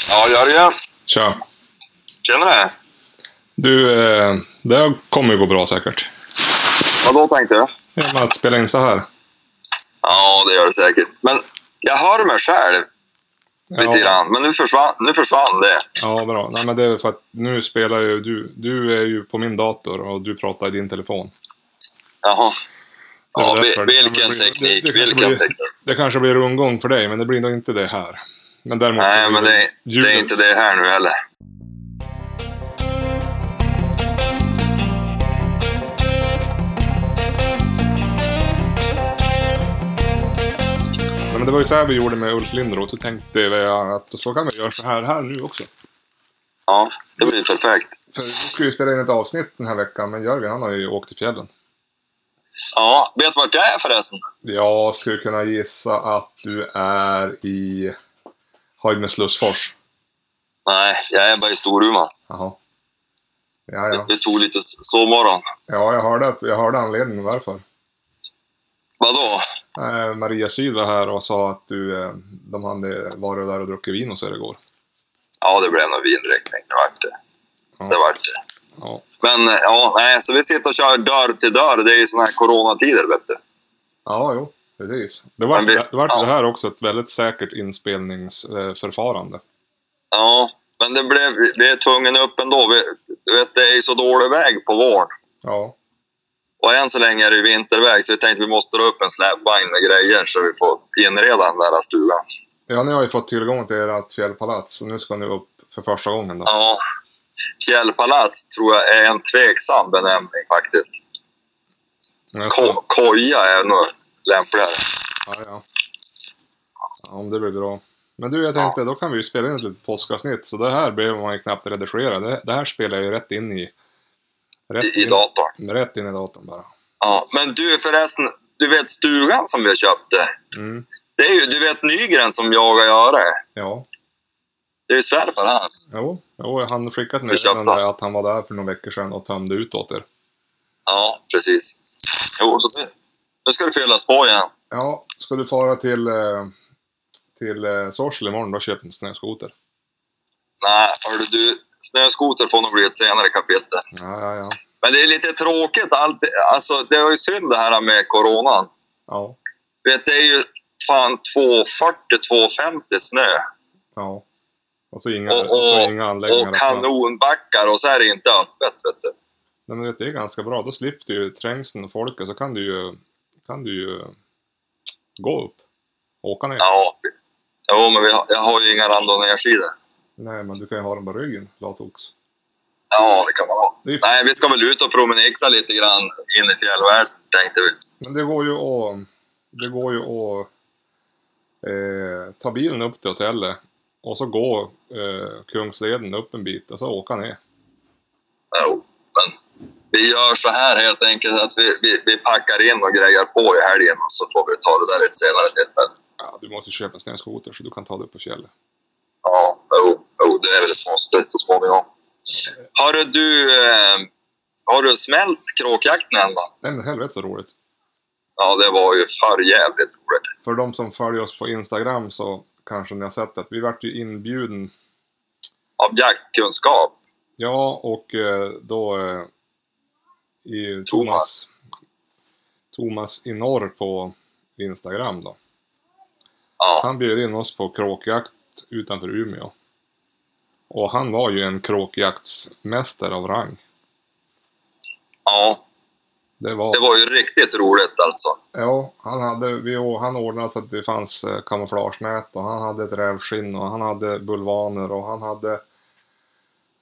Tja! Tja. Tjenare! Du, eh, det här kommer ju gå bra säkert. Vadå tänkte du? Genom att spela in så här. Ja, det gör det säkert. Men jag hör mig själv lite Ja, grann. Men nu försvann, nu försvann det. ja, bra. Nej, men det är väl för att nu spelar ju du. Du är ju på min dator och du pratar i din telefon. Jaha. Det är Ja, vil- därför. vilken Det kanske blir- teknik, det- det kanske vilken blir- teknik. Det kanske blir rundgång för dig, men det blir nog inte det här. Men däremot så Nej, blir men det, det ljudet- är inte det här nu heller. Nej, men det var ju så här vi gjorde med Ulf Lindroth. Då tänkte jag att så kan vi göra så här, här nu också. Ja, det blir perfekt. För vi skulle ju spela in ett avsnitt den här veckan, men Jörgen han har ju åkt till fjällen. Ja, vet du vart jag är förresten? Jag skulle kunna gissa att du är i Höjdnäs Slussfors. Nej, jag är bara i Storuman. Jaha. Ja, ja. Vi tog lite s- sovmorgon. ja jag, hörde, att- jag hörde anledningen varför. Vadå? Eh, Maria Syd var här och sa att du, eh, de hade varit där och druckit vin hos er igår. Ja, det blev nog vindriktning. Det vart det. Ja. Det vart det. Ja. Men eh, ja, nej, så vi sitter och kör dörr till dörr. Det är ju såna här coronatider, vet du. Ja, jo. Precis. Det var, Men vi- det, var ja. det här också ett väldigt säkert eh, inspelningsförfarande. Ja, men det blev, vi är tvungen upp ändå. Vi, du vet, det är ju så dålig väg på våren. Ja. Och än så länge är det ju vinterväg, så vi tänkte vi måste dra upp en släpvagn med grejer så vi får inreda den där stugan. ja, ni har ju fått tillgång till ert fjällpalats så nu ska ni upp för första gången då. Ja. Fjällpalats tror jag är en tveksam benämning faktiskt. Ja. Ko- koja är nog lämpligare. Ja, ja. ja om det blir bra. Men du, jag tänkte då kan vi ju spela in ett litet påskavsnitt. Så det här behöver man ju knappt redigera. Det, det här spelar jag ju rätt in i... Rätt I, I datorn. In, rätt in i datorn bara. Ja. Men du förresten, du vet stugan som vi köpte? Mm, Det är ju, du vet Nygren som jagar göra. ja. Det är ju svärfar hans. Jo, jo han skickat Vi köpte. meddelande att han var där för några veckor sedan och tömde ut åt er. Ja, precis. Jo, så nu- nu ska det fyllas på igen. Ja, ska du fara till, eh, till eh, Sorsele imorgon då köper en snöskoter? Nej, hörde du. Snöskoter får nog bli ett senare kapitel. Ja, ja, ja. Men det är lite tråkigt. Allt, alltså, det var ju synd det här med coronan. Ja, Vet, det är ju fan 240-250 snö ja. Och så inga, Och- och, så och- inga anläggningar. och öppna. kanonbackar och så är det inte öppet. Vet du. Nej, men det är ganska bra. Då slipper du ju trängseln och folket så kan du ju, kan du ju gå upp. Åka ner. Ja. Jo, men vi har, jag har ju inga randonerskidor. Nej, men du kan ju ha den på ryggen, latox. Ja, det kan man ha. Det är, Nej, vi ska väl ut och promenexa lite grann in i fjällvärlden, tänkte vi. men det går ju att, det går ju att eh, ta bilen upp till hotellet och så gå eh, Kungsleden upp en bit och så åka ner. Jo, men vi gör så här helt enkelt att vi, vi, vi packar in och grejar på i helgen och så får vi ta det där i ett senare tillfälle. Ja, du måste köpa en snöskoter så du kan ta dig upp på fjället. Ja, jo, jo, det är väl ett måste så småningom. Har du, eh, har du smält kråkjakten än då? Nej men helvete så roligt. Ja, det var ju för jävligt roligt. För de som följer oss på Instagram så kanske ni har sett att vi vart ju inbjuden Av jaktkunskap. Ja, och eh, då eh, i Thomas, Thomas. Thomas i norr på Instagram då. Ja, Han bjöd in oss på kråkjakt utanför Umeå. Och han var ju en kråkjaktsmästare av rang. ja, Det var, det var ju riktigt roligt alltså. Ja, han, hade, vi, och han ordnade så att det fanns eh, kamouflagenät och han hade ett rävskinn och han hade bulvaner och han hade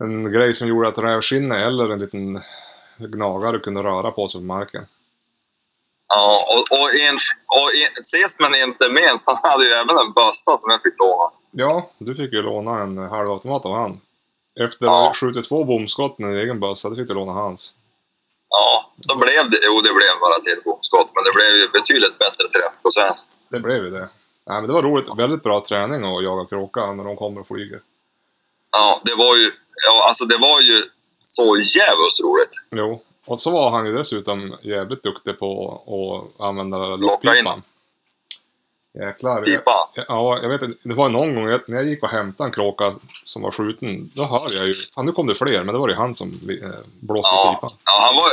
en grej som gjorde att rävskinnet eller en liten gnagare kunde röra på sig på marken. Ja, och, och, in, och in, sist men inte minst, han hade ju även en bössa som jag fick låna. Ja, du fick ju låna en halvautomat av han. Efter att Ja. ha skjutit två bomskott med din egen bössa, då fick du låna hans. Ja, då blev det, jo det blev bara till bomskott, men det blev ju betydligt bättre träffprocent. Det blev ju det. Nej, men det var roligt. Väldigt bra träning att jaga kråka när de kommer och flyger. Ja, det var ju, ja, alltså det var ju så jävligt roligt. Jo, och så var han ju dessutom jävligt duktig på att använda Locka in. Typ. lockpipan. Jäklar. Jag, Pipa. ja, jag vet inte, det var någon gång jag- när jag gick och hämtade en kråka som var skjuten. Då hörde jag ju, ja, nu kom det fler, men det var ju han som eh, blåste i Ja. pipan. ja, han var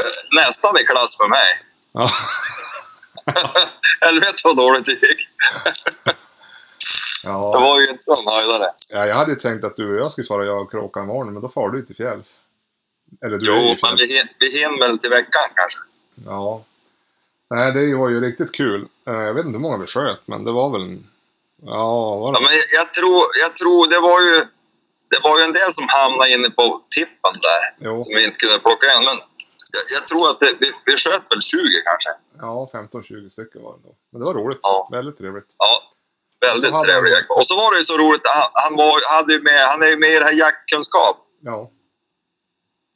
nästan i klass med mig. Ja. Helvete vad dåligt det gick. Det Ja. var ju inte någon höjdare. ja, jag hade ju tänkt att du och jag skulle fara jag och kråka imorgon, men då far du ju till fjälls. Eller du är ju Jo, i men fjälls. vi, hin- vi hinner väl till veckan kanske. Ja. Nej, det var ju riktigt kul. Eh, Jag vet inte hur många vi sköt, men det var väl en... Ja, var det? Ja, men jag- jag tror, jag tror det var ju... Det var ju en del som hamnade inne på tippen där, Jo, som vi inte kunde plocka in. Men jag, jag tror att det, vi, vi sköt väl 20 kanske. ja 15-20 stycken var det nog. Men det var roligt. Ja. Väldigt trevligt. Ja, väldigt Så hade trevlig han- jakt. Och så var det ju så roligt, han, han, var, hade ju med, han är ju med i det här jaktkunskap. Ja,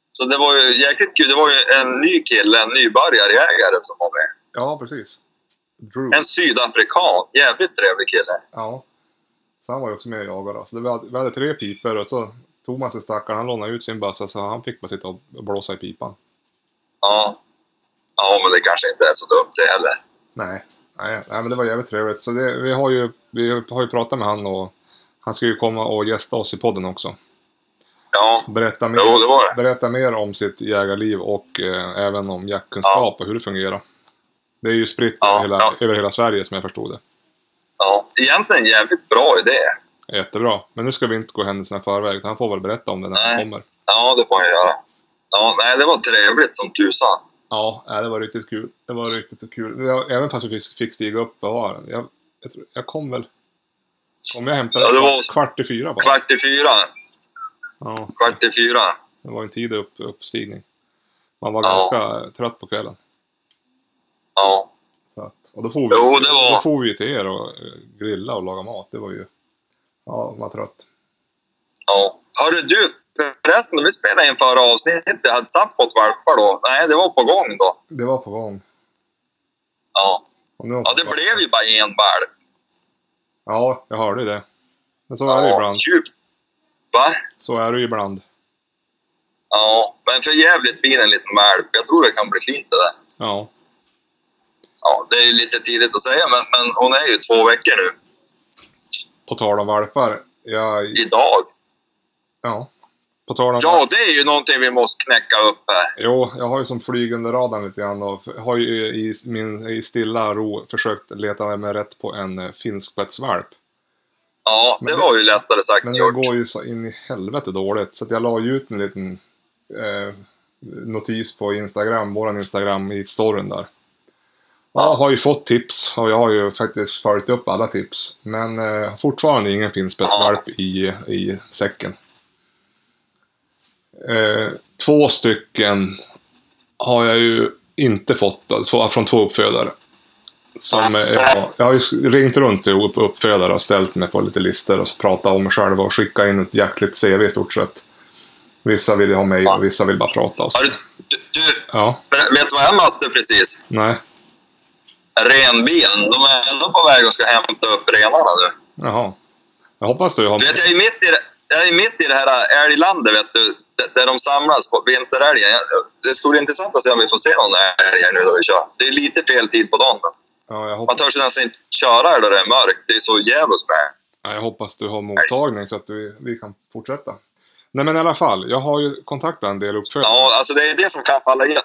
Så det var ju jäkligt kul. Det var ju en ny kille, en nybörjarjägare som var med. ja precis. Drew. En sydafrikan. Jävligt trevlig kille. Ja. Så han var ju också med och jagade. då. Så det, vi, hade, vi hade tre piper och så Thomas den stackaren, han lånade ut sin bössa så han fick bara sitta och blåsa i pipan. Ja. Ja, men det kanske inte är så dumt det heller. Nej, nej, nej men det var jävligt trevligt. Så det, vi, har ju, vi har ju pratat med han och han ska ju komma och gästa oss i podden också. Ja, Berätta mer. jo, det var det. berätta mer om sitt jägarliv och eh, även om jaktkunskap och hur det fungerar. Det är ju spritt Ja, över, hela, ja. över hela Sverige som jag förstod det. Ja. Egentligen en jävligt bra idé. Jättebra. Men nu ska vi inte gå händelserna i förväg. utan Han får väl berätta om det när han Nej. kommer. Ja, det får jag göra. Ja, nej, det var trevligt som tusan. Ja, nej, det var riktigt kul. Det var riktigt kul. Jag, även fast vi fick, fick stiga upp och ha den. Jag, jag, tror, jag kom väl... Kom jag hämtade Ja, det var- kvart, kvart i fyra bara? Kvart i fyra. Ja, Kvart i fyra. det var en tidig upp, uppstigning. Man var Ja. ganska trött på kvällen. Ja. Så att, och då får vi, Jo, det var- då får vi ju till er och eh, grilla och laga mat. Det var ju... Ja, man var trött. ja. Hörru du, förresten, när vi spelade in förra avsnittet. Hade Sappot valpar då? Nej, det var på gång då. Det var på gång. Ja, Och nu har ja det blev ju bara en valp. Ja, jag hörde det. Men så är det ju Ja, ibland. djupt. Va? Så är det ju ibland. Ja, men för jävligt fin en liten valp. Jag tror det kan bli fint det där. Ja, Ja, det är ju lite tidigt att säga, men, men hon är ju två veckor nu. på tal om valpar. Jag, Idag. ja. På tal om... Ja, det är ju någonting vi måste knäcka upp här. Jo, jag har ju som flyg under radarn lite grann och f- har ju i min i stilla ro försökt leta mig rätt på en eh, finskspetsvalp. Ja, det Men- var ju lättare sagt Men än det gjort. går ju så in i helvete dåligt så att jag la ju ut en liten eh, notis på Instagram, våran Instagram i storyn där. Jag har ju fått tips och jag har ju faktiskt följt upp alla tips. Men eh, fortfarande ingen finspetsvalp i, i säcken. Eh, två stycken har jag ju inte fått, alltså från två uppfödare. Som, eh, ja, jag har ju ringt runt till upp- uppfödare och ställt mig på lite listor och pratat om mig själv och skickat in ett jaktligt CV i stort sett. Vissa vill ju ha mig och vissa vill bara prata. Och så. Har du, du, du, Ja, vet du vad jag mötte precis? nej, Renbilen. De är ändå på väg och ska hämta upp renarna nu. jaha. Jag hoppas du har... Du vet, jag är mitt i det, jag är mitt i det här äh, älglandet, vet du. d- Där de samlas på vinterälgen. Jag- Det skulle bli intressant att se om vi får se någon älg här nu då vi kör. Det är lite fel tid på dagen. men Ja, jag Man hoppas... törs ju nästan inte köra här då det är mörkt. Det är så djävulskt med. Ja, jag hoppas du har mottagning så att vi, vi kan fortsätta. Nej men i alla fall, jag har ju kontaktat en del uppfödare. Ja, alltså det är det som kan falla in.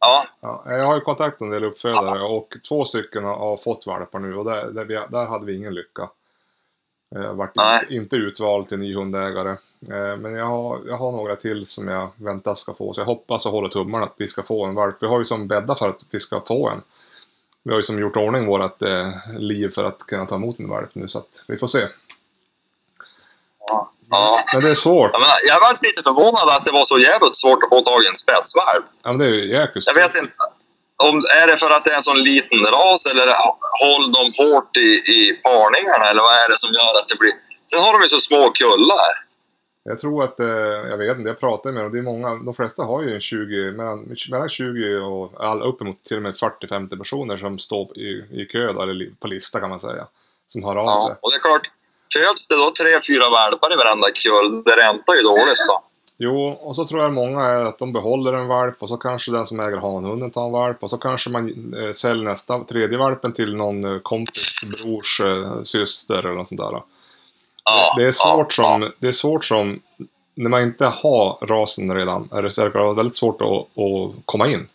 Ja, Ja, jag har ju kontaktat en del uppfödare och två stycken har, har fått valpar nu och där, där, vi, där hade vi ingen lycka. Jag vart Nej. inte, inte utvald till ny hundägare. Eh, Men jag har, jag har några till som jag väntar ska få. Så jag hoppas och håller tummarna att vi ska få en valp. Vi har ju som bädda för att vi ska få en. Vi har ju som gjort ordning vårt eh, liv för att kunna ta emot en valp nu så att vi får se. ja. Men det är svårt. Jag, menar, jag var lite förvånad att det var så jävligt svårt att få tag i en spetsvalp. Ja, men det är ju jäkligt Jag svårt. vet inte. Om, är det för att det är en sån liten ras eller håller de hårt i, i parningarna eller vad är det som gör att det blir... Sen har de ju så små kullar. Jag tror att, eh, jag vet inte, jag pratar med dem. Det är många, de flesta har ju en 20, mellan, mellan 20 och all, uppemot till och med 40-50 personer som står i, i kö då, eller li- på lista kan man säga. Som hör av Ja. alltså. sig. Och det är klart, föds det då tre, fyra valpar i varenda kull, det räntar ju dåligt då. Jo, och så tror jag många är att de behåller en valp och så kanske den som äger hanhunden tar en valp och så kanske man eh, säljer nästa, tredje valpen till någon eh, kompis, brors, eh, syster eller något sånt där. Ja, Det är svårt ja, som, det är svårt som, när man inte har rasen redan, är det verkar vara väldigt svårt att, att komma in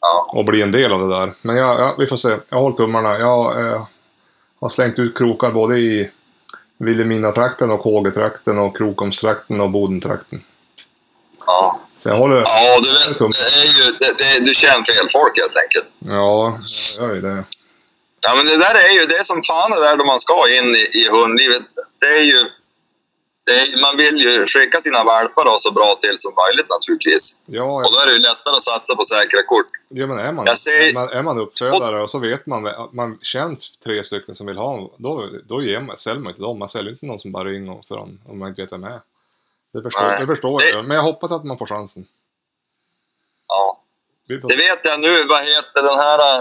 Ja, och bli en del av det där. Men jag, jag, vi får se. Jag håller tummarna. Jag eh, har slängt ut krokar både i Vilhelmina-trakten och Hågetrakten och Krokomstrakten och Bodentrakten. ja. Så jag håller... ja du, vet, det är ju, det, det, du känner fel folk helt enkelt. Ja, jag gör ju det. Ja, men det där är ju det är som fan det där då man ska in i, i hundlivet. Det är ju, det är, man vill ju skicka sina valpar då så bra till som möjligt naturligtvis. Ja, Och då är det ju lättare att satsa på säkra kort. ja men är man, Jag säger- är man, är man uppfödare och så vet man att man känner tre stycken som vill ha en, då, då ger man, säljer man inte dem. Man säljer inte någon som bara ringer för en, om man inte vet vem det är. Det förstår, Nej. det förstår jag Det- ju. Men jag hoppas att man får chansen. Ja. Vi får- Det vet jag nu, vad heter den här... äh,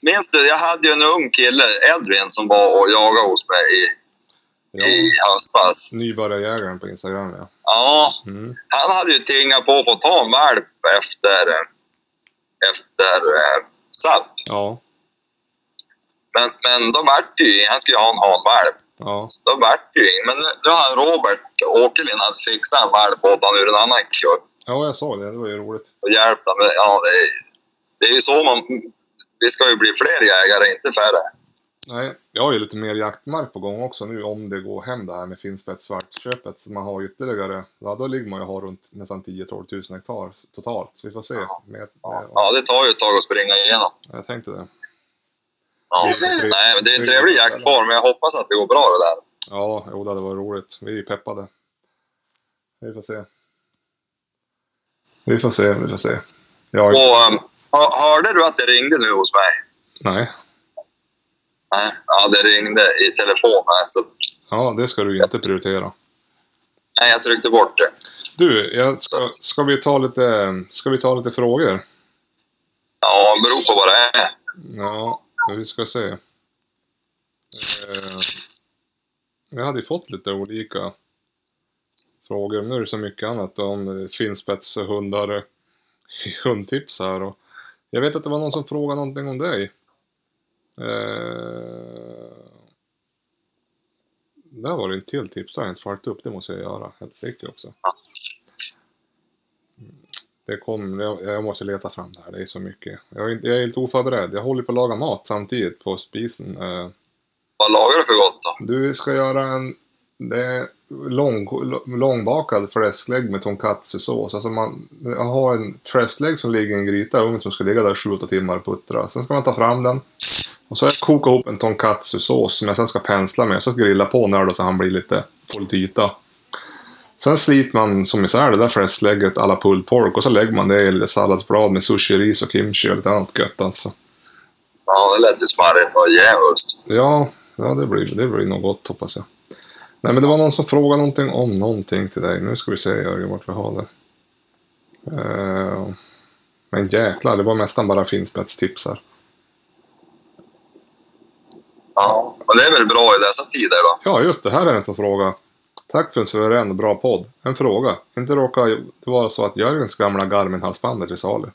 Minns du, jag hade ju en ung kille, Edvin, som var och jagade hos mig i, Ja, i höstas. nybörjarjägaren på Instagram ja. Ja, Mm. han hade ju tingat på att få ta en valp efter, äh, efter äh, SAP. Ja, Men, men då vart det ju, han skulle ju ha en hanvalp. ja. Då vart det ju inget. Men nu, nu har Robert Åkerlind han fixat en valp åt honom ur en annan kupp Ja, jag såg det. Det var ju roligt. och hjälpt honom. Men Ja, det, är- det är ju så man... Vi ska ju bli fler jägare, inte färre. Nej, jag har ju lite mer jaktmark på gång också nu om det går hem det här med finspetsvalpsköpet. Så man har ytterligare, ja då ligger man ju och har runt nästan 10-12 tusen hektar totalt. Så vi får se. Men jag, Ja, det tar ju ett tag att springa igenom. jag tänkte det. Ja. Nej, men det är en trevlig jaktform. Jag hoppas att det går bra det där. Ja, jo det hade varit roligt. Vi är peppade. Vi får se. Vi får se, vi får se. Jag, Och, um, hör- hörde du att det ringde nu hos mig? nej, Nej. Ja, det ringde i telefon. här, Så, ja det ska du inte prioritera. nej, jag tryckte bort det. Du, jag ska, ska, vi ta lite, ska vi ta lite frågor? Ja, det beror på vad det är. Ja, vi ska se. Eh, jag hade ju fått lite olika frågor. Nu är det så mycket annat om eh, finspetshundar, eh, hundtips här och jag vet att det var någon som frågade någonting om dig. Eh, där var det en till tips, det har jag inte följt upp. Det måste jag göra, helsike också. Det kom, jag, jag måste leta fram det här, det är så mycket. Jag är, inte- jag är lite oförberedd, jag håller på att laga mat samtidigt på spisen. Eh, Vad lagar du för gott då? Du ska göra en det är lång, långbakad fläsklägg med tonkatsusås. Alltså man jag har en fläsklägg som ligger i en gryta, ugn som ska ligga där 7-8 timmar och puttra. Sen ska man ta fram den. Och så koka ihop en tonkatsusås som jag sen ska pensla med. Så grilla på när då så han blir lite, får lite yta. Sen sliter man som isär det där fläsklägget alla pulled pork och så lägger man det i lite salladsblad med sushi-ris och kimchi och lite annat gött alltså. Ja, det lät ju smarrigt och djävulskt. Ja, ja det, blir, det blir nog gott hoppas jag. Nej men det var någon som frågade någonting om någonting till dig. Nu ska vi se Jörgen vart vi har det. Eh, men jäklar, det var nästan bara finspetstips här. Ja, och det är väl bra i dessa tider då. Ja just det, här är en som frågar. Tack för en suverän och bra podd. En fråga. Inte råkar det vara så att Jörgens gamla Garmin-halsband är till salu?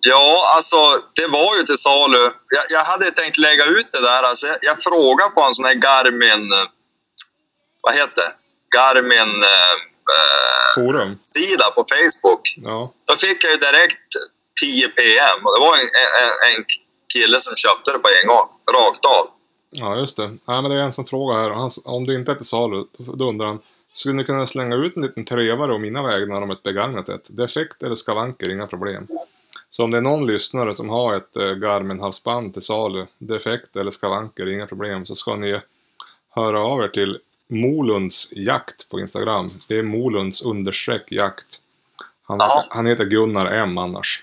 Ja, alltså det var ju till salu. Jag, jag hade tänkt lägga ut det där. Alltså, jag, jag frågade på en sån här Garmin... eh, Vad heter det? Garmin... Eh, eh, Forum? sida på Facebook. Ja. Då fick jag ju direkt 10 PM och det var en, en, en kille som köpte det på en gång, rakt av. Ja, just det. Nej, men det är en som frågar här. Han, om det inte är till salu, då undrar han. Skulle ni kunna slänga ut en liten trevare om mina vägnar om ett begagnat ett? Defekt eller skavanker, inga problem. Så om det är någon lyssnare som har ett eh, Garmin-halsband till salu, defekt eller skavanker, inga problem, så ska ni höra av er till Molunds jakt på Instagram. Det är Molunds understreck jakt. Han, Ja. han heter Gunnar M annars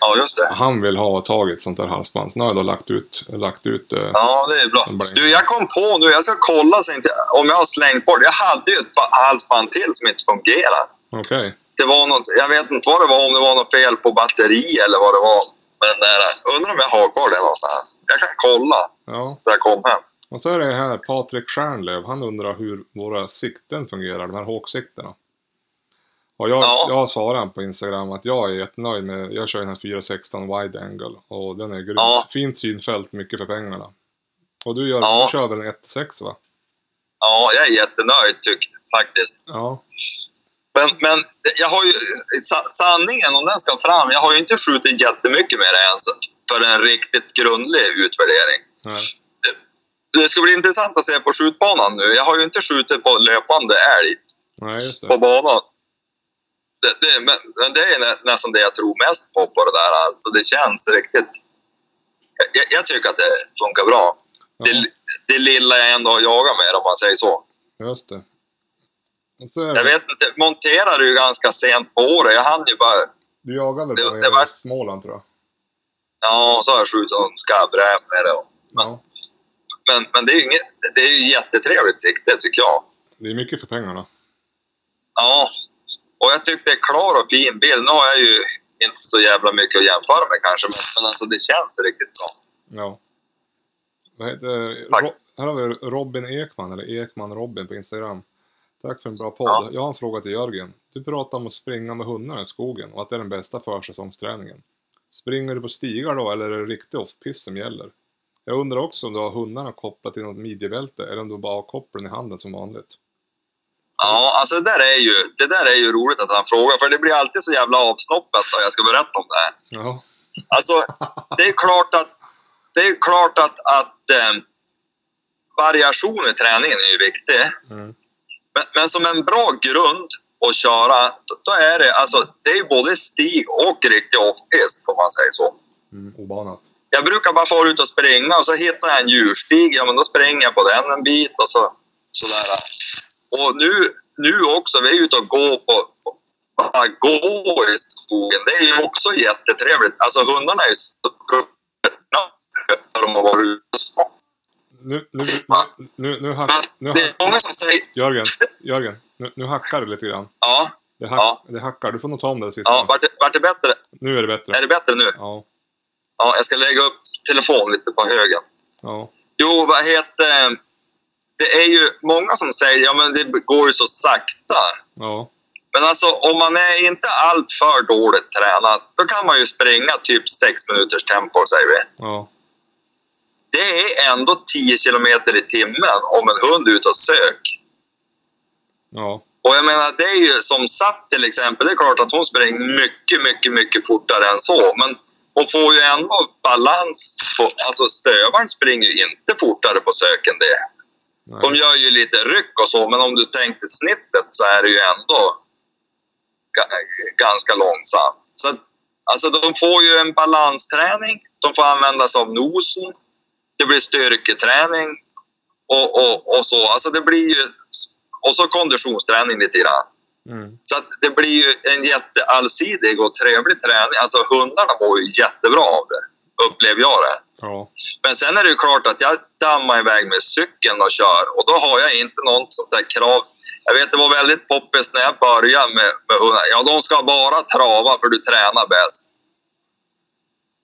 Ja, just det. han vill ha tag i ett sånt där halsband. Så nu har jag då lagt ut, lagt ut eh, Ja, det är bra. Den blir- Du, jag kom på nu, jag ska kolla så inte, om jag har slängt bort. Jag hade ju ett par halsband till som inte fungerade. Okej. det var något, jag vet inte vad det var, om det var något fel på batteri eller vad det var. Men eh, undrar om jag har kvar det någonstans. Jag kan kolla Ja, när jag kom hem. Och så är det här Patrik Stjärnlöv, han undrar hur våra sikten fungerar, de här håksikterna. Och jag, Ja. jag svarade han på Instagram att jag är jättenöjd med, jag kör den här 416 wide angle och den är grym. Ja. Fint synfält, mycket för pengarna. Och du, gör, Ja. du kör väl en 1.6 va? Ja, jag är jättenöjd tycker jag, faktiskt. Ja. Men, men jag har ju, sa- sanningen om den ska fram, jag har ju inte skjutit jättemycket med det än så- för en riktigt grundlig utvärdering. Nej. Det ska bli intressant att se på skjutbanan nu. Jag har ju inte skjutit på löpande älg Nej, just på det. banan. Det, det, men, men det är nä, nästan det jag tror mest på, på det där. Alltså, det känns riktigt... Jag- Jag, jag tycker att det funkar bra. Ja, Det, det lilla jag ändå har jagat med om man säger så. just det. Och så är Jag det, vet inte, monterade ju ganska sent på året. Jag hann ju bara... du jagar väl det- bara det nere var- i Småland tror jag? Ja, så har jag skjutit en skabbräv med det. Ja. Men, men det är ju inget, det är ju jättetrevligt sikte tycker jag. Det är mycket för pengarna. Ja, och jag tycker det är klar och fin bild. Nu har jag ju inte så jävla mycket att jämföra med kanske, men, men alltså det känns riktigt bra. Ja. Vad heter, Tack. Ro, här har vi Robin Ekman, eller Ekman Robin på Instagram. Tack för en bra Ja. podd. Jag har en fråga till Jörgen. Du pratar om att springa med hundarna i skogen och att det är den bästa försäsongsträningen. Springer du på stigar då eller är det riktig off-piss som gäller? Jag undrar också om du har hundarna kopplat till något midjebälte eller om du bara har koppeln i handen som vanligt. Ja, alltså det där är ju, det där är ju roligt att han frågar, för det blir alltid så jävla avsnoppat när jag ska berätta om det här. Ja, Alltså, det är klart att, det är klart att, att eh, variation i träningen är ju viktig. mm. Men, men som en bra grund att köra, då- då är det alltså, det är ju både stig och riktig off-pist om man säger så. Mm, obanat. Jag brukar bara fara ut och springa och så hittar jag en djurstig, ja men då springer jag på den en bit och så, sådär. Och nu, nu också, vi är ute och går på, bara gå i skogen, det är ju också jättetrevligt. Alltså hundarna är ju så när de har varit ute. och så. Nu, nu, nu, nu, nu, hack, nu Det är hack, många som säger, Jörgen, Jörgen, nu, nu hackar det lite grann. ja, Det, hack, Ja. det hackar, du får nog ta om det sista. ja vart, det- vart det bättre? Nu är det bättre. Är det bättre nu? Ja, Ja, jag ska lägga upp telefonen lite på högen. ja, Jo, vad heter... Det är ju många som säger ja men det går ju så sakta. ja, Men alltså om man är inte allt för dåligt tränad, då kan man ju springa typ 6 minuters tempo säger vi. ja, Det är ändå 10 kilometer i timmen om en hund är ute och sök. ja, Och jag menar, det är ju som Sapp till exempel, det är klart att hon springer mycket, mycket, mycket fortare än så. Men hon får ju ändå balans. På, alltså stövaren springer ju inte fortare på sök än det. nej, De gör ju lite ryck och så, men om du tänkte snittet så är det ju ändå ga- ganska långsamt. Så att, alltså de får ju en balansträning, de får använda sig av nosen, det blir styrketräning och, och, och så. Alltså det blir ju, och så konditionsträning lite grann. mm, Så att det blir ju en jätteallsidig och trevlig träning. Alltså hundarna mår ju jättebra av det, upplever jag det. ja, Men sen är det ju klart att jag dammar iväg med cykeln och kör och då har jag inte någon sånt där krav. Jag vet det var väldigt poppis när jag började med, med hundar. Ja, de ska bara trava för du tränar bäst.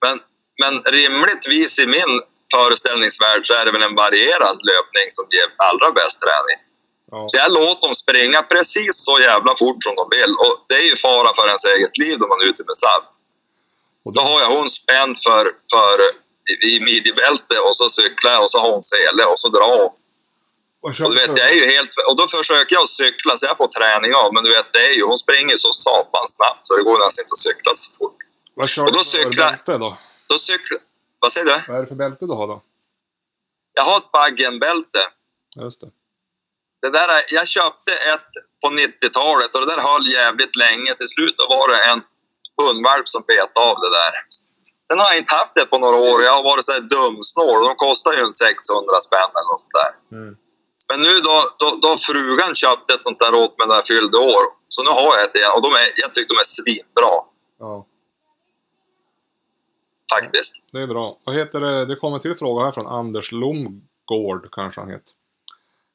Men, men rimligtvis i min föreställningsvärld så är det väl en varierad löpning som ger allra bäst träning. ja, Så jag låter dem springa precis så jävla fort som de vill och det är ju fara för ens eget liv när man är ute med SAB. Och Då har jag hon spänd för, för eh, i- i midjebälte och så cyklar jag och så har hon sele och så drar hon. Och Och, du vet, jag är ju helt, och då försöker jag cykla så jag får träning av men du vet, det är ju, hon springer så satans snabbt så det går nästan inte att cykla så fort. vad kör och då du för cyklar- bälte då? Då cyklar... Vad säger du? Vad är det för bälte du har då? Jag har ett Baggen-bälte. Just det. det där, är- jag köpte ett på 90-talet och det där höll jävligt länge. Till slut då var det en hundvalp som bet av det där. Sen har jag inte haft det på några år. Jag har varit så här dumsnål. De kostar ju en 600 spänn eller något sånt där. Mm. Men nu då, då, då har frugan köpte ett sånt där åt mig när jag fyllde år. Så nu har jag ett igen och de är, jag tycker de är svinbra Ja, faktiskt. det är bra. Vad heter det? Det kommer till fråga här från Anders Lomgård, kanske han heter.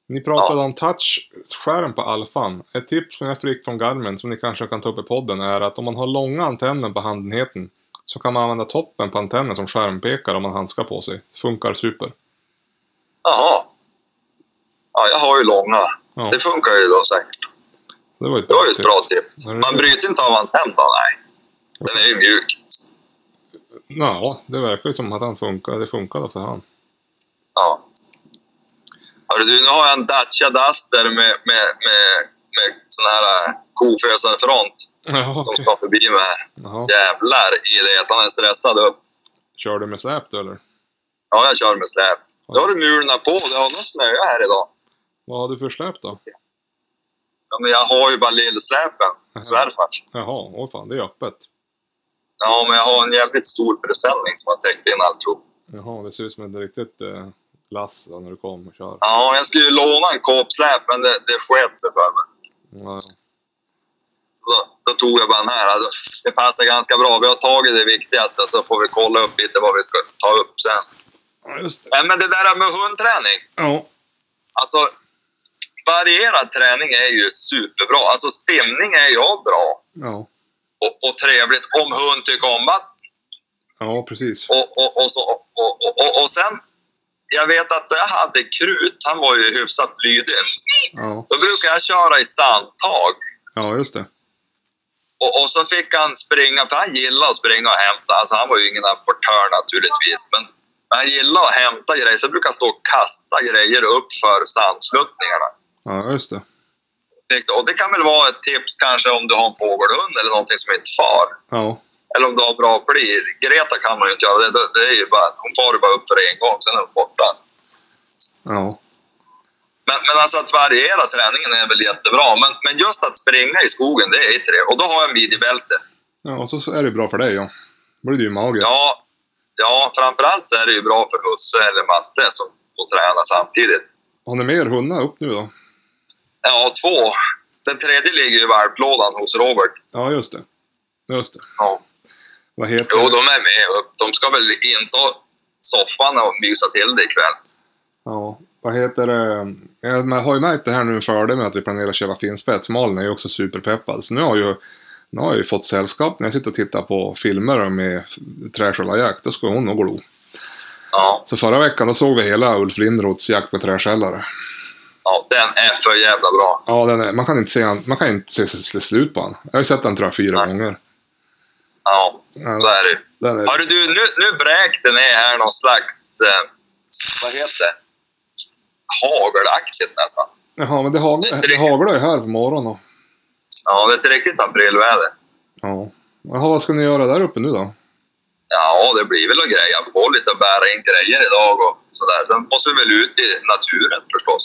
Ni pratade om touchskärm på Alfan. Ett tips som jag fick från Garmin, som ni kanske kan ta upp i podden, är att om man har långa antennen på handenheten så kan man använda toppen på antennen som skärmpekare om man handskar på sig. Funkar super. Jaha. Ja, jag har ju långa. Ja. Det funkar ju då säkert. Det var ju ett Det bra var ju ett tips. bra tips. Men det- Man bryter inte av antennan, nej. Den är ju mjuk. Ja, det verkar ju som att han funkar. Det funkade för han. Ja. Hörru du, nu har jag en Dacia Duster med, med, med, med sån här eh, kofösarfront Ja, som okej. ska förbi mig. Jaha. Jävlar i det att han är stressad upp. Kör du med släp då eller? Ja, jag kör med släp. Nu har du mulorna på. Det har nog snöat här idag. Vad har du för släp då? Ja, men jag har ju bara lillsläpen. Svärfars. Jaha, åh fan, det är öppet. Ja, men jag har en jävligt stor presenning som har täckt in alltihop. Jaha, det ser ut som ett riktigt eh, lass då när du kom och kör. Ja, jag skulle ju låna en kåpsläp, men det, det sket sig för mig. Ja, Så då, då tog jag bara den här. Alltså, det passar ganska bra. Vi har tagit det viktigaste, så får vi kolla upp lite vad vi ska ta upp sen. ja just det. Nej, Men det där med hundträning. Ja. Alltså, varierad träning är ju superbra. Alltså, simning är jag bra Ja, och, och trevligt om hund tycker om vatten. ja precis. Och, och, och, så, och, och, och, och sen, jag vet att jag hade Krut, han var ju hyfsat lydig. Ja, Då brukade jag köra i sandtag. ja just det. Och, och så fick han springa, för han gillade att springa och hämta. Alltså han var ju ingen apportör naturligtvis, men han gillade att hämta grejer. Så jag brukade stå och kasta grejer upp för sandsluttningarna. Ja, just det. Tänkte, Och det kan väl vara ett tips kanske om du har en fågelhund eller någonting som inte far. Ja, Eller om du har bra pli. Greta kan man ju inte göra. Det, det, det är ju bara, hon far ju bara upp för en gång, sen är hon borta. ja, Men, men alltså att variera träningen är väl jättebra. Men, men just att springa i skogen, det är tre. Och då har jag midjebälte. ja. Och så är det bra för dig ja. Då blir du ju mager. Ja, ja, framförallt så är det ju bra för husse eller matte som får träna samtidigt. Har ni mer hundar upp nu då? Ja, två. Den tredje ligger ju i valplådan hos Robert. Ja, just det. Just det. Ja. Vad heter Jo, de är med upp. De ska väl inta soffan och mysa till det ikväll. Ja, vad heter det? Ja, Man har ju märkt det här nu en fördel med att vi planerar att köpa finspets. Malin är ju också superpeppad. Så nu har, ju, nu har jag ju fått sällskap när jag sitter och tittar på filmer med träskällarjakt. Då ska hon nog glo. Ja, Så förra veckan då såg vi hela Ulf Lindroths jakt på träskällare. ja, den är för jävla bra. Ja, den är, man kan inte se, han- man kan inte se, se, se slut på han. Jag har ju sett den tror jag fyra Nej. gånger. Ja, så Ja, är det ju. den är, Hörru du, nu, nu bräkte ner här någon slags, eh, vad heter det? Hagelaktigt nästan. jaha, men det haglar det haglar ju här på morgonen. då. Ja, det är ett riktigt aprilväder. Ja. Jaha, vad ska ni göra där uppe nu då? Ja, det blir väl att greja på lite och bära in grejer idag och sådär. Sen måste vi väl ut i naturen förstås.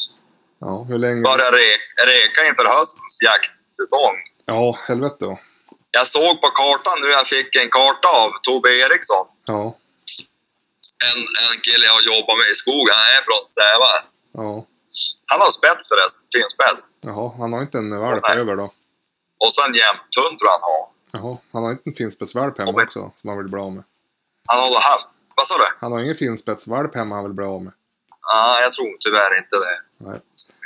Ja, hur länge? Börja re- reka inför höstens jaktsäsong. Ja, helvete då. Jag såg på kartan nu, jag fick en karta av Tobbe Eriksson. Ja, En, en kille jag jobbar med i skogen, han är från Säva. ja. Han har spets förresten, fin spets. Jaha, han har inte en valp Nej. över då? Och sen jämthund tror jag han har. Jaha, han har inte en finspetsvalp hemma Om en- också som han vill bli av med? Han har då haft, vad sa du? Han har ingen finspetsvalp hemma han vill bli av med. Nej, jag tror tyvärr inte det. Nej.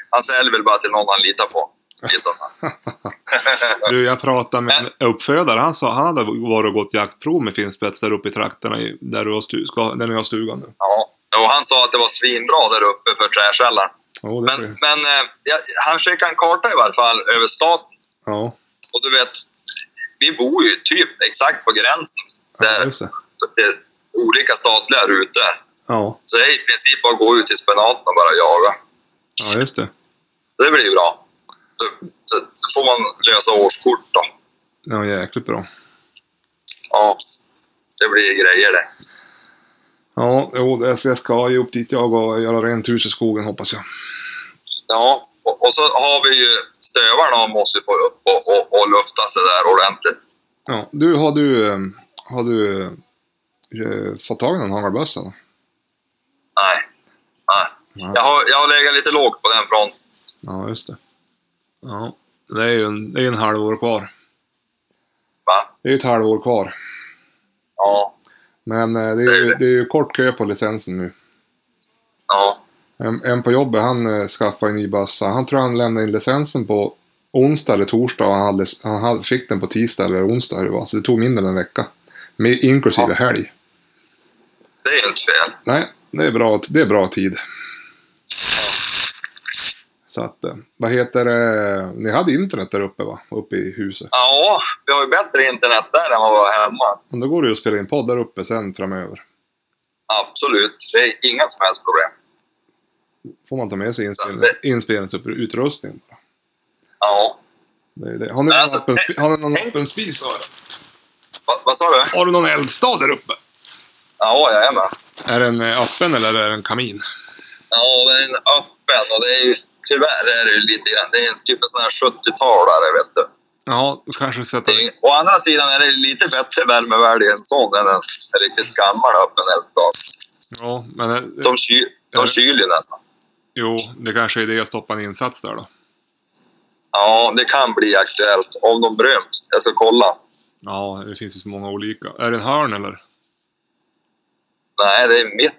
Han säljer väl bara till någon han litar på. gissar jag. Du, jag pratade med en uppfödare. Han sa han hade varit och gått jaktprov med finspets där uppe i trakterna i- där du har stu, ska, där ni har stugan nu. Ja. Och han sa att det var svinbra där uppe för träskällaren. Jo, det Men, är det. men eh, ja, han skickade en karta i varje fall över staten. Ja, Och du vet, vi bor ju typ exakt på gränsen. ja, Där just det. det olika statliga rutor. Ja, Så det är i princip bara att gå ut i spenaten och bara jaga. ja just det. Det blir ju bra. Då- Då då får man lösa årskort då. Det var jäkligt bra. Ja, det blir grejer det. Ja, jo, det- jag ska ju upp dit jag och göra rent hus i skogen hoppas jag. Ja, och, och så har vi ju stövarna måste ju få upp och, och, och lufta sig där ordentligt. Ja, du, har du, eh, har du eh, fått tag i någon hagelbössa? då? Nej. Nej. Jag, har, jag har legat lite lågt på den fronten. Ja, just det. Ja, det är ju en, det är en halvår kvar. Va? Det är ju ett halvår kvar. Ja. Men eh, det är ju, det är ju kort kö på licensen nu. Ja. En, en på jobbet, han eh, skaffade en ny bössa. Han tror han lämnade in licensen på onsdag eller torsdag och han, hade, han hade, fick den på tisdag eller onsdag. eller vad, Så det tog mindre än en vecka. Med, inklusive Ja. helg. Det är ju inte fel. Nej, det är bra, det är bra tid. Så att, eh, vad heter det? Ni hade internet där uppe va? Uppe i huset. Ja, vi har ju bättre internet där än vad vi har hemma. Men då går det ju att spela in podd där uppe sen framöver. Absolut, det är inga som helst problem. Får man ta med sig inspelning, inspelningsutrustning. bara. Ja. Det är det. Har ni Men någon, alltså, öppen, spi- tänk- har ni någon tänk- öppen spis? sa jag? Va, vad sa du? Har du någon eldstad där uppe? Ja, jag är med. Är den eh, öppen eller är den kamin? Ja, den är öppen och det är ju, tyvärr är det ju lite grann, det är en typ en sån här 70-talare vet du. Jaha, då kanske sätta... Det är, ju- å andra sidan är det lite bättre värmevärde i en sån än en riktigt gammal öppen eldstad. Ja, men eh, De, ky, Ja. de kyler ju nästan. jo, det kanske är det att stoppa en insats där då. Ja, det kan bli aktuellt om de bryms. Jag ska kolla. Ja, det finns ju så många olika. Är det en hörn eller? Nej, det är mitt.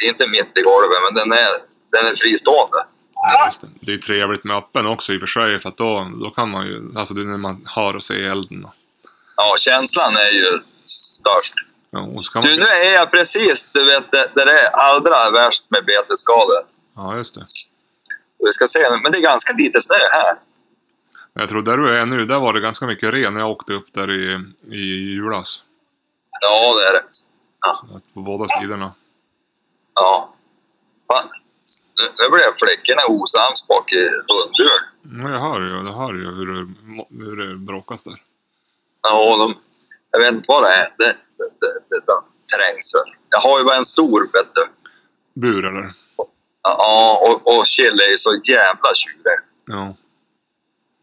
Det är inte mitt i golvet, men den är, den är fristående. Ja, just det. det är ju trevligt med öppen också i och för sig, för att då, då kan man ju... Alltså det är när man hör och ser elden. då. Ja, känslan är ju störst. Ja, och så kan man... Du, nu är jag precis du vet, där där det är allra värst med betesskador. Ja, just det. Vi ska se, men det är ganska lite snö här. Jag tror där du är nu, där var det ganska mycket ren när jag åkte upp där i, i julas. Ja, det är det. På båda sidorna. Ja. Fan. Nu- Nu blev flickorna osams bak i Lundbjörn. Ja, jag hör ju, jag hör ju hur det, hur det bråkas där. Ja, de, jag vet inte vad det är. Det, det, det, det, det trängs väl. Jag har ju bara en stor, vet du. Bur eller? Ja, och, och Kjell är ju så jävla tjurig. Ja.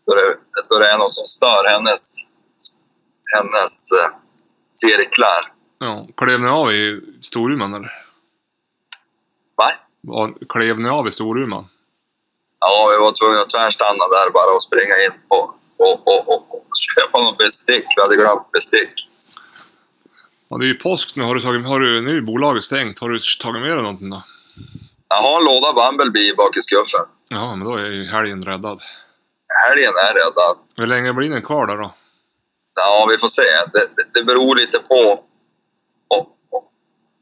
Då det, då det är någon som stör hennes, hennes eh, cirklar. ja. Klev ni av i Storuman eller? Va? Ja, Klev ni av i Storuman? Ja, vi var tvungna att tvärstanna där bara och springa in på och, och, och, och köpa något bestick. Vi hade glömt bestick. Ja, det är ju påsk nu. Har du tagit, har du, nu är ju bolaget stängt. Har du tagit med dig någonting då? Jag har en låda Bumblebee bak i skuffen. Ja, men då är ju helgen räddad. Helgen är räddad. Hur länge blir den kvar där då? Ja, vi får se. Det, det, det beror lite på om,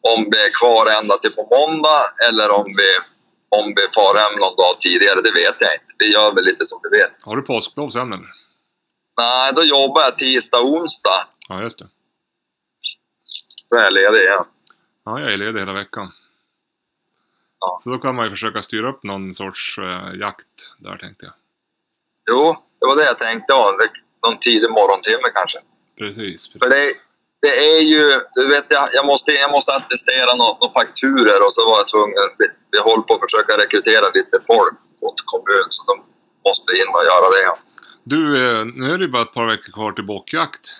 om det är kvar ända till på måndag eller om vi, om vi far hem någon dag tidigare. Det vet jag inte. Vi gör väl lite som vi vet. Har du påsklov sen eller? Nej, då jobbar jag tisdag och onsdag. Ja, just det. Så är jag ledig igen. Ja, jag är ledig hela veckan. Ja. Så då kan man ju försöka styra upp någon sorts eh, jakt där tänkte jag. Jo, det var det jag tänkte. Ja, det- någon tidig morgontimme kanske. Precis. precis. För det, det är ju, du vet, jag, jag, måste, jag måste attestera några nå fakturer och så var jag tvungen, vi, vi håller på att försöka rekrytera lite folk åt kommun så de måste in och göra det. Du, eh, nu är det ju bara ett par veckor kvar till bockjakt.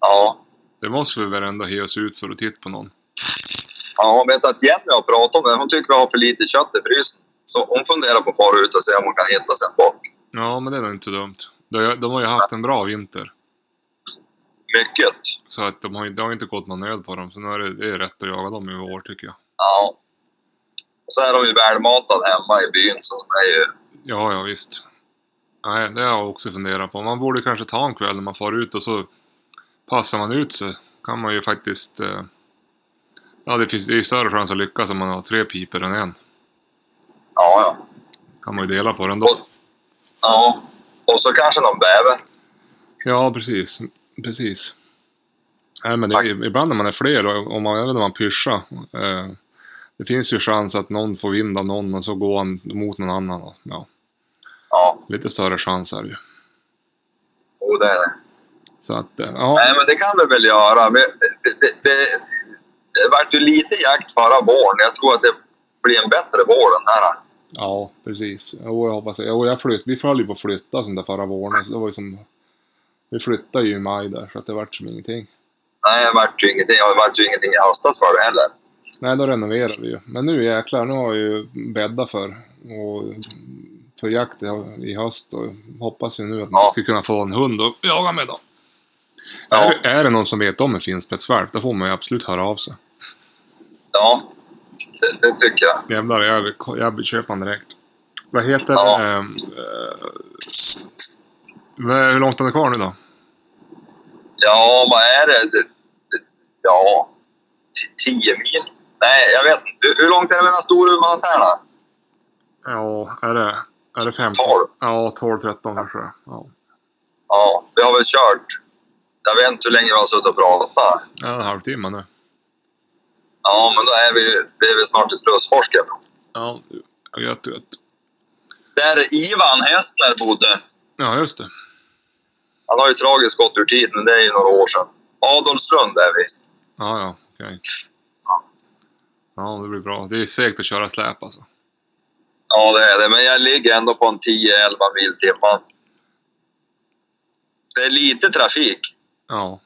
Ja, Det måste vi väl ändå ge oss ut för att titta på någon. ja vet du att Jenny har pratat om det, hon tycker vi har för lite kött i frysen. Så hon funderar på att fara ut och se om hon kan hitta sig en bock. Ja, men det är nog inte dumt. De, de har ju haft en bra vinter. Mycket. Så att de har, ju- det har inte gått någon nöd på dem. Så nu är det, det är rätt att jaga dem i år tycker jag. Ja. Och så är de ju välmatade hemma i byn så de är ju, Ja, ja visst. Nej, det har jag också funderat på. Man borde kanske ta en kväll när man far ut och så passar man ut sig. Kan man ju faktiskt... Eh... Ja, det finns det är ju större chans att lyckas om man har tre piper än en. ja ja. Kan man ju dela på den då. Och- Ja. Och så kanske någon bäver. Ja, precis. Precis. Nej, men det är, ibland när man är fler, och om man, även när man pyschar. Eh, det finns ju chans att någon får vind av någon och så går han mot någon annan. och- Ja, Ja, lite större chans är det ju. jo, det är det. Så att, eh, ja. Nej, men det kan vi väl göra. Men det, det, det, det vart ju lite jakt förra våren. Jag tror att det blir en bättre vår den här. Ja, precis. Jo, jag hoppas det. Jo, jag flytt, vi föll ju på att flytta sånt där förra våren. Så det var ju som, vi flyttade ju i maj där, så att det vart som ingenting. Nej, det vart ju ingenting. Det vart ju ingenting i höstas för det heller. Nej, då renoverade vi ju. Men nu jäklar, nu har jag ju bäddat för, och för jakt i- i höst. Och hoppas ju nu att man Ja. ska kunna få en hund och jaga med då. Ja. Är, är det någon som vet om en finspetsvalp, då får man ju absolut höra av sig. Ja, det, det tycker jag. Jävlar, jag, jag köper den direkt. Vad heter Ja. eh, eh, vad- Hur långt är det kvar nu då? Ja, vad är det? det, det ja, t- tio mil? Nej, jag vet inte. Hur, hur långt är det mellan Storuman och Tärna? Ja, är det, är det 15? 12. Ja, 12-13 kanske. Ja. Ja, vi har väl kört. Jag vet inte hur länge vi har suttit och pratat. ja, en halvtimme nu. Ja, men då är vi, vi är väl snart i Slösfors jag tror. Ja, gött, gött. Där Ivan Hästner bodde. Ja, just det. Han har ju tragiskt gått ur tiden, det är ju några år sedan. Adolfslund är vi. Ja, ja, okej. Ja. Ja, det blir bra. Det är segt att köra släp alltså. Ja, det är det. Men jag ligger ändå på en 10-11 mil timmar. Det är lite trafik. Ja,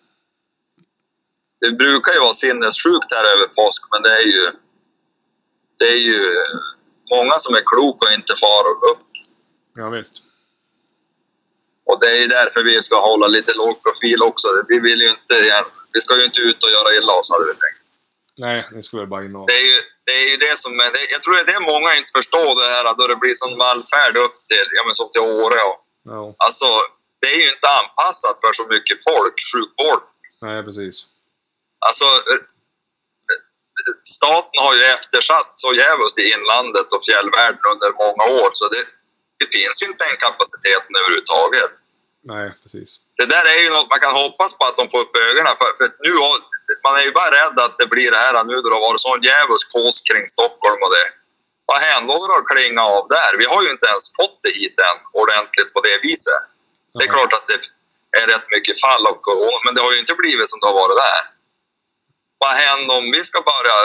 Det brukar ju vara sinnessjukt här över påsk, men det är ju... Det är ju många som är kloka och inte far upp. ja visst. Och det är ju därför vi ska hålla lite låg profil också. Vi vill ju inte... gärna- Vi ska ju inte ut och göra illa oss, hade vi tänkt. Nej, ni skulle bara in och... Det är ju det, är ju det som... är- Det, jag tror det är det många inte förstår det här, då det blir sån vallfärd upp till, ja, men som till Åre. Och, Ja, alltså, det är ju inte anpassat för så mycket folk, sjukvård. nej precis. Alltså, eh, staten har ju eftersatt så jävligt i inlandet och fjällvärlden under många år, så det, det finns ju inte den kapaciteten överhuvudtaget. Nej, precis. Det där är ju något man kan hoppas på att de får upp ögonen för. för nu har, man är ju bara rädd att det blir det här nu då det har varit sån djävulsk kås kring Stockholm och det. Vad hände att klinga av där? Vi har ju inte ens fått det hit än ordentligt på det viset. Det är Ja. klart att det är rätt mycket fall av corona, men det har ju inte blivit som det har varit där. Vad händer om vi ska börja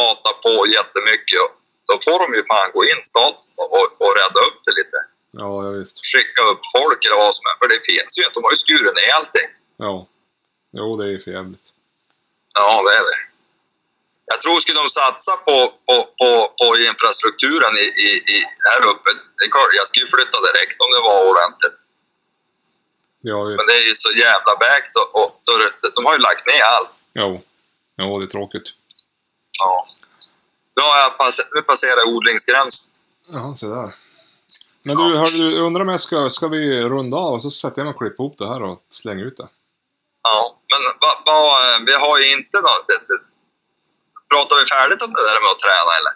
mata på jättemycket? Då får de ju fan gå in, staten, och, och rädda upp det lite. Ja, ja visst. Skicka upp folk eller vad som helst, för det finns ju inte. De har ju skurit ner allting. Ja. Jo, det är för jävligt. Ja, det är det. Jag tror skulle de satsa på, på, på, på infrastrukturen i, i, i, här uppe, det är klart, jag skulle flytta direkt om det var ordentligt. Ja, Men visst. det är ju så jävla vägt och, och då är det- de har ju lagt ner allt. Jo. Jo, det är tråkigt. Ja. Nu, har jag pass, nu passerar jag odlingsgränsen. Ja, så där. Men du, hör, du jag undrar om jag ska, ska vi runda av och så sätter jag mig och klipper ihop det här och slänger ut det. Ja, men va, va, vi har ju inte något... Det, det, pratar vi färdigt om det där med att träna eller?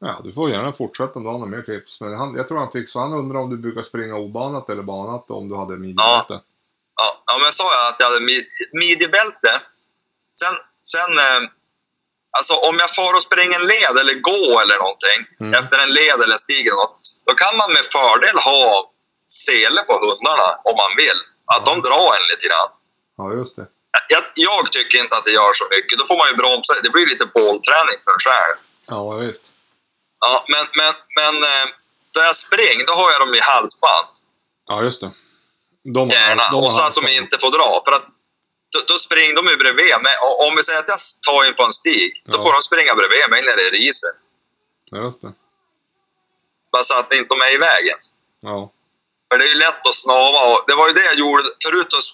Ja, du får gärna fortsätta om du har några mer tips. Men han, jag tror han fick så han undrar om du brukar springa obanat eller banat och om du hade midjebälte. Ja, ja men sa jag att jag hade mid- midjebälte? Sen, sen eh, alltså om jag far och springer en led eller gå eller någonting Mm. efter en led eller stig eller något, då kan man med fördel ha sele på hundarna om man vill. Att de drar en lite grann. Ja, just det. Jag, jag tycker inte att det gör så mycket. Då får man ju bromsa. Det blir lite bålträning för en själv. Ja, visst. Ja, men, men, men eh, då jag springer, då har jag dem i halsband. Ja, just det. De har, gärna. de har och att de handskar. inte får dra. För att då, då springer de ju bredvid mig. Och Om vi säger att jag tar in på en stig, då Ja. får de springa bredvid mig när det är riset. Ja, just det. Bara så att inte de är i vägen. Ja. För det är ju lätt att snava. Och det var ju det jag gjorde förut. då s-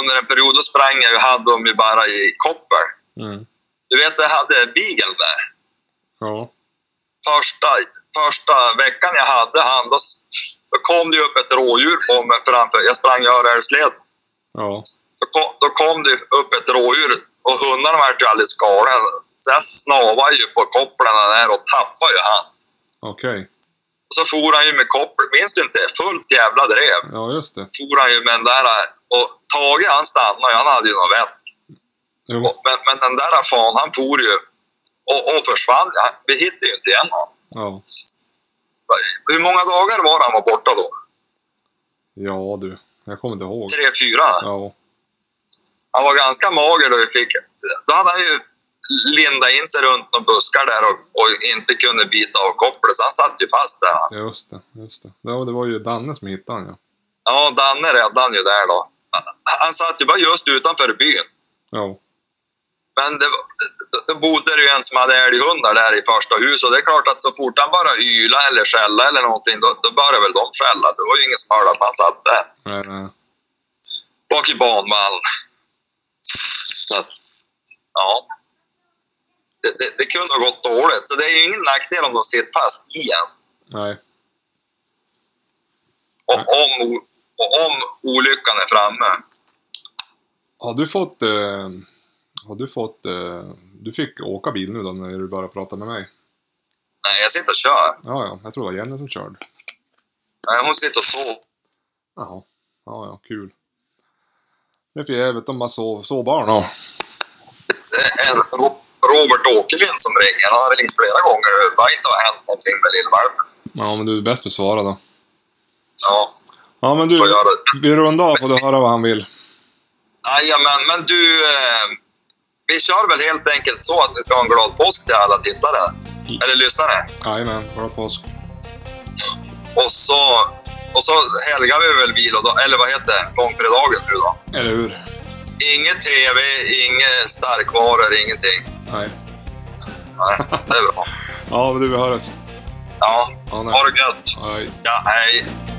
Under en period då sprang jag ju, hade de ju bara i koppar. Mm. Du vet, jag hade beagle där. Ja. Första, första veckan jag hade han, då, s- då kom det ju upp ett rådjur på mig framför. Jag sprang i Öreälvsleden. Ja. då kom, då kom det upp ett rådjur och hundarna vart ju alldeles galen. Så jag snavade ju på kopplarna där och tappade ju han. Okej. Och så for han ju med koppel, minns du inte? Fullt jävla drev. Ja, just det. For han ju med den där och Tage han stannade ju, han hade ju något vett. Jo. Och- Men, men den där fan han for ju och, och försvann. Han- Vi hittade ju inte igen honom. Ja. Hur många dagar var han var borta då? Ja, du. Jag kommer inte ihåg. Tre, fyra? Ja. Han var ganska mager då vi fick... Då hade han ju lindat in sig runt några buskar där och, och inte kunde bita av kopplet, så han satt ju fast där. Just det. Just det. Ja, det var ju Danne som hittade han, ja. Ja, Danne räddade han ju där då. Han- Han satt ju bara just utanför byn. Ja. Men det, var- då bodde det ju en som hade älghundar där i första huset och det är klart att så fort han bara yla eller skälla eller någonting, då, då började väl de skälla. Så det var ju ingen som hörde att han satt där. Eh, Bak i banvallen. Så att, ja. Det, det, det kunde ha gått dåligt, så det är ju ingen nackdel om de sitter fast i en. nej. Om, om, o- och om olyckan är framme. Har du fått... Eh, har du fått... Eh, du fick åka bil nu då när du började prata med mig. Nej, jag sitter och kör. Ja, ja. Jag tror det var Jenny som körde. Nej, hon sitter och sover. Jaha. Ja, ja. Kul. Det är för jävligt om man sov, sovbarn då. Det är en Ro- Robert Åkerlind som ringer. Han har ringt flera gånger. Det verkar inte ha hänt någonting med lillvalpen. Ja, men du är bäst med att svara då. Ja, Ja, men får du. göra det. Vi rundar av får du höra vad han vill. Jajamän, men du... Eh, vi kör väl helt enkelt så att vi ska ha en glad påsk till alla tittare. Eller lyssnare. Jajamän, bra påsk. Och så, och så helgar vi väl vilodag, eller vad heter det, långfredagen nu då. Eller hur? Inget TV, inget starkvaror, ingenting. Nej. Nej, det är bra. Ja, men du, vi hörs. Ja, Ja, nej. ha det gött. Hej. Ja, hej.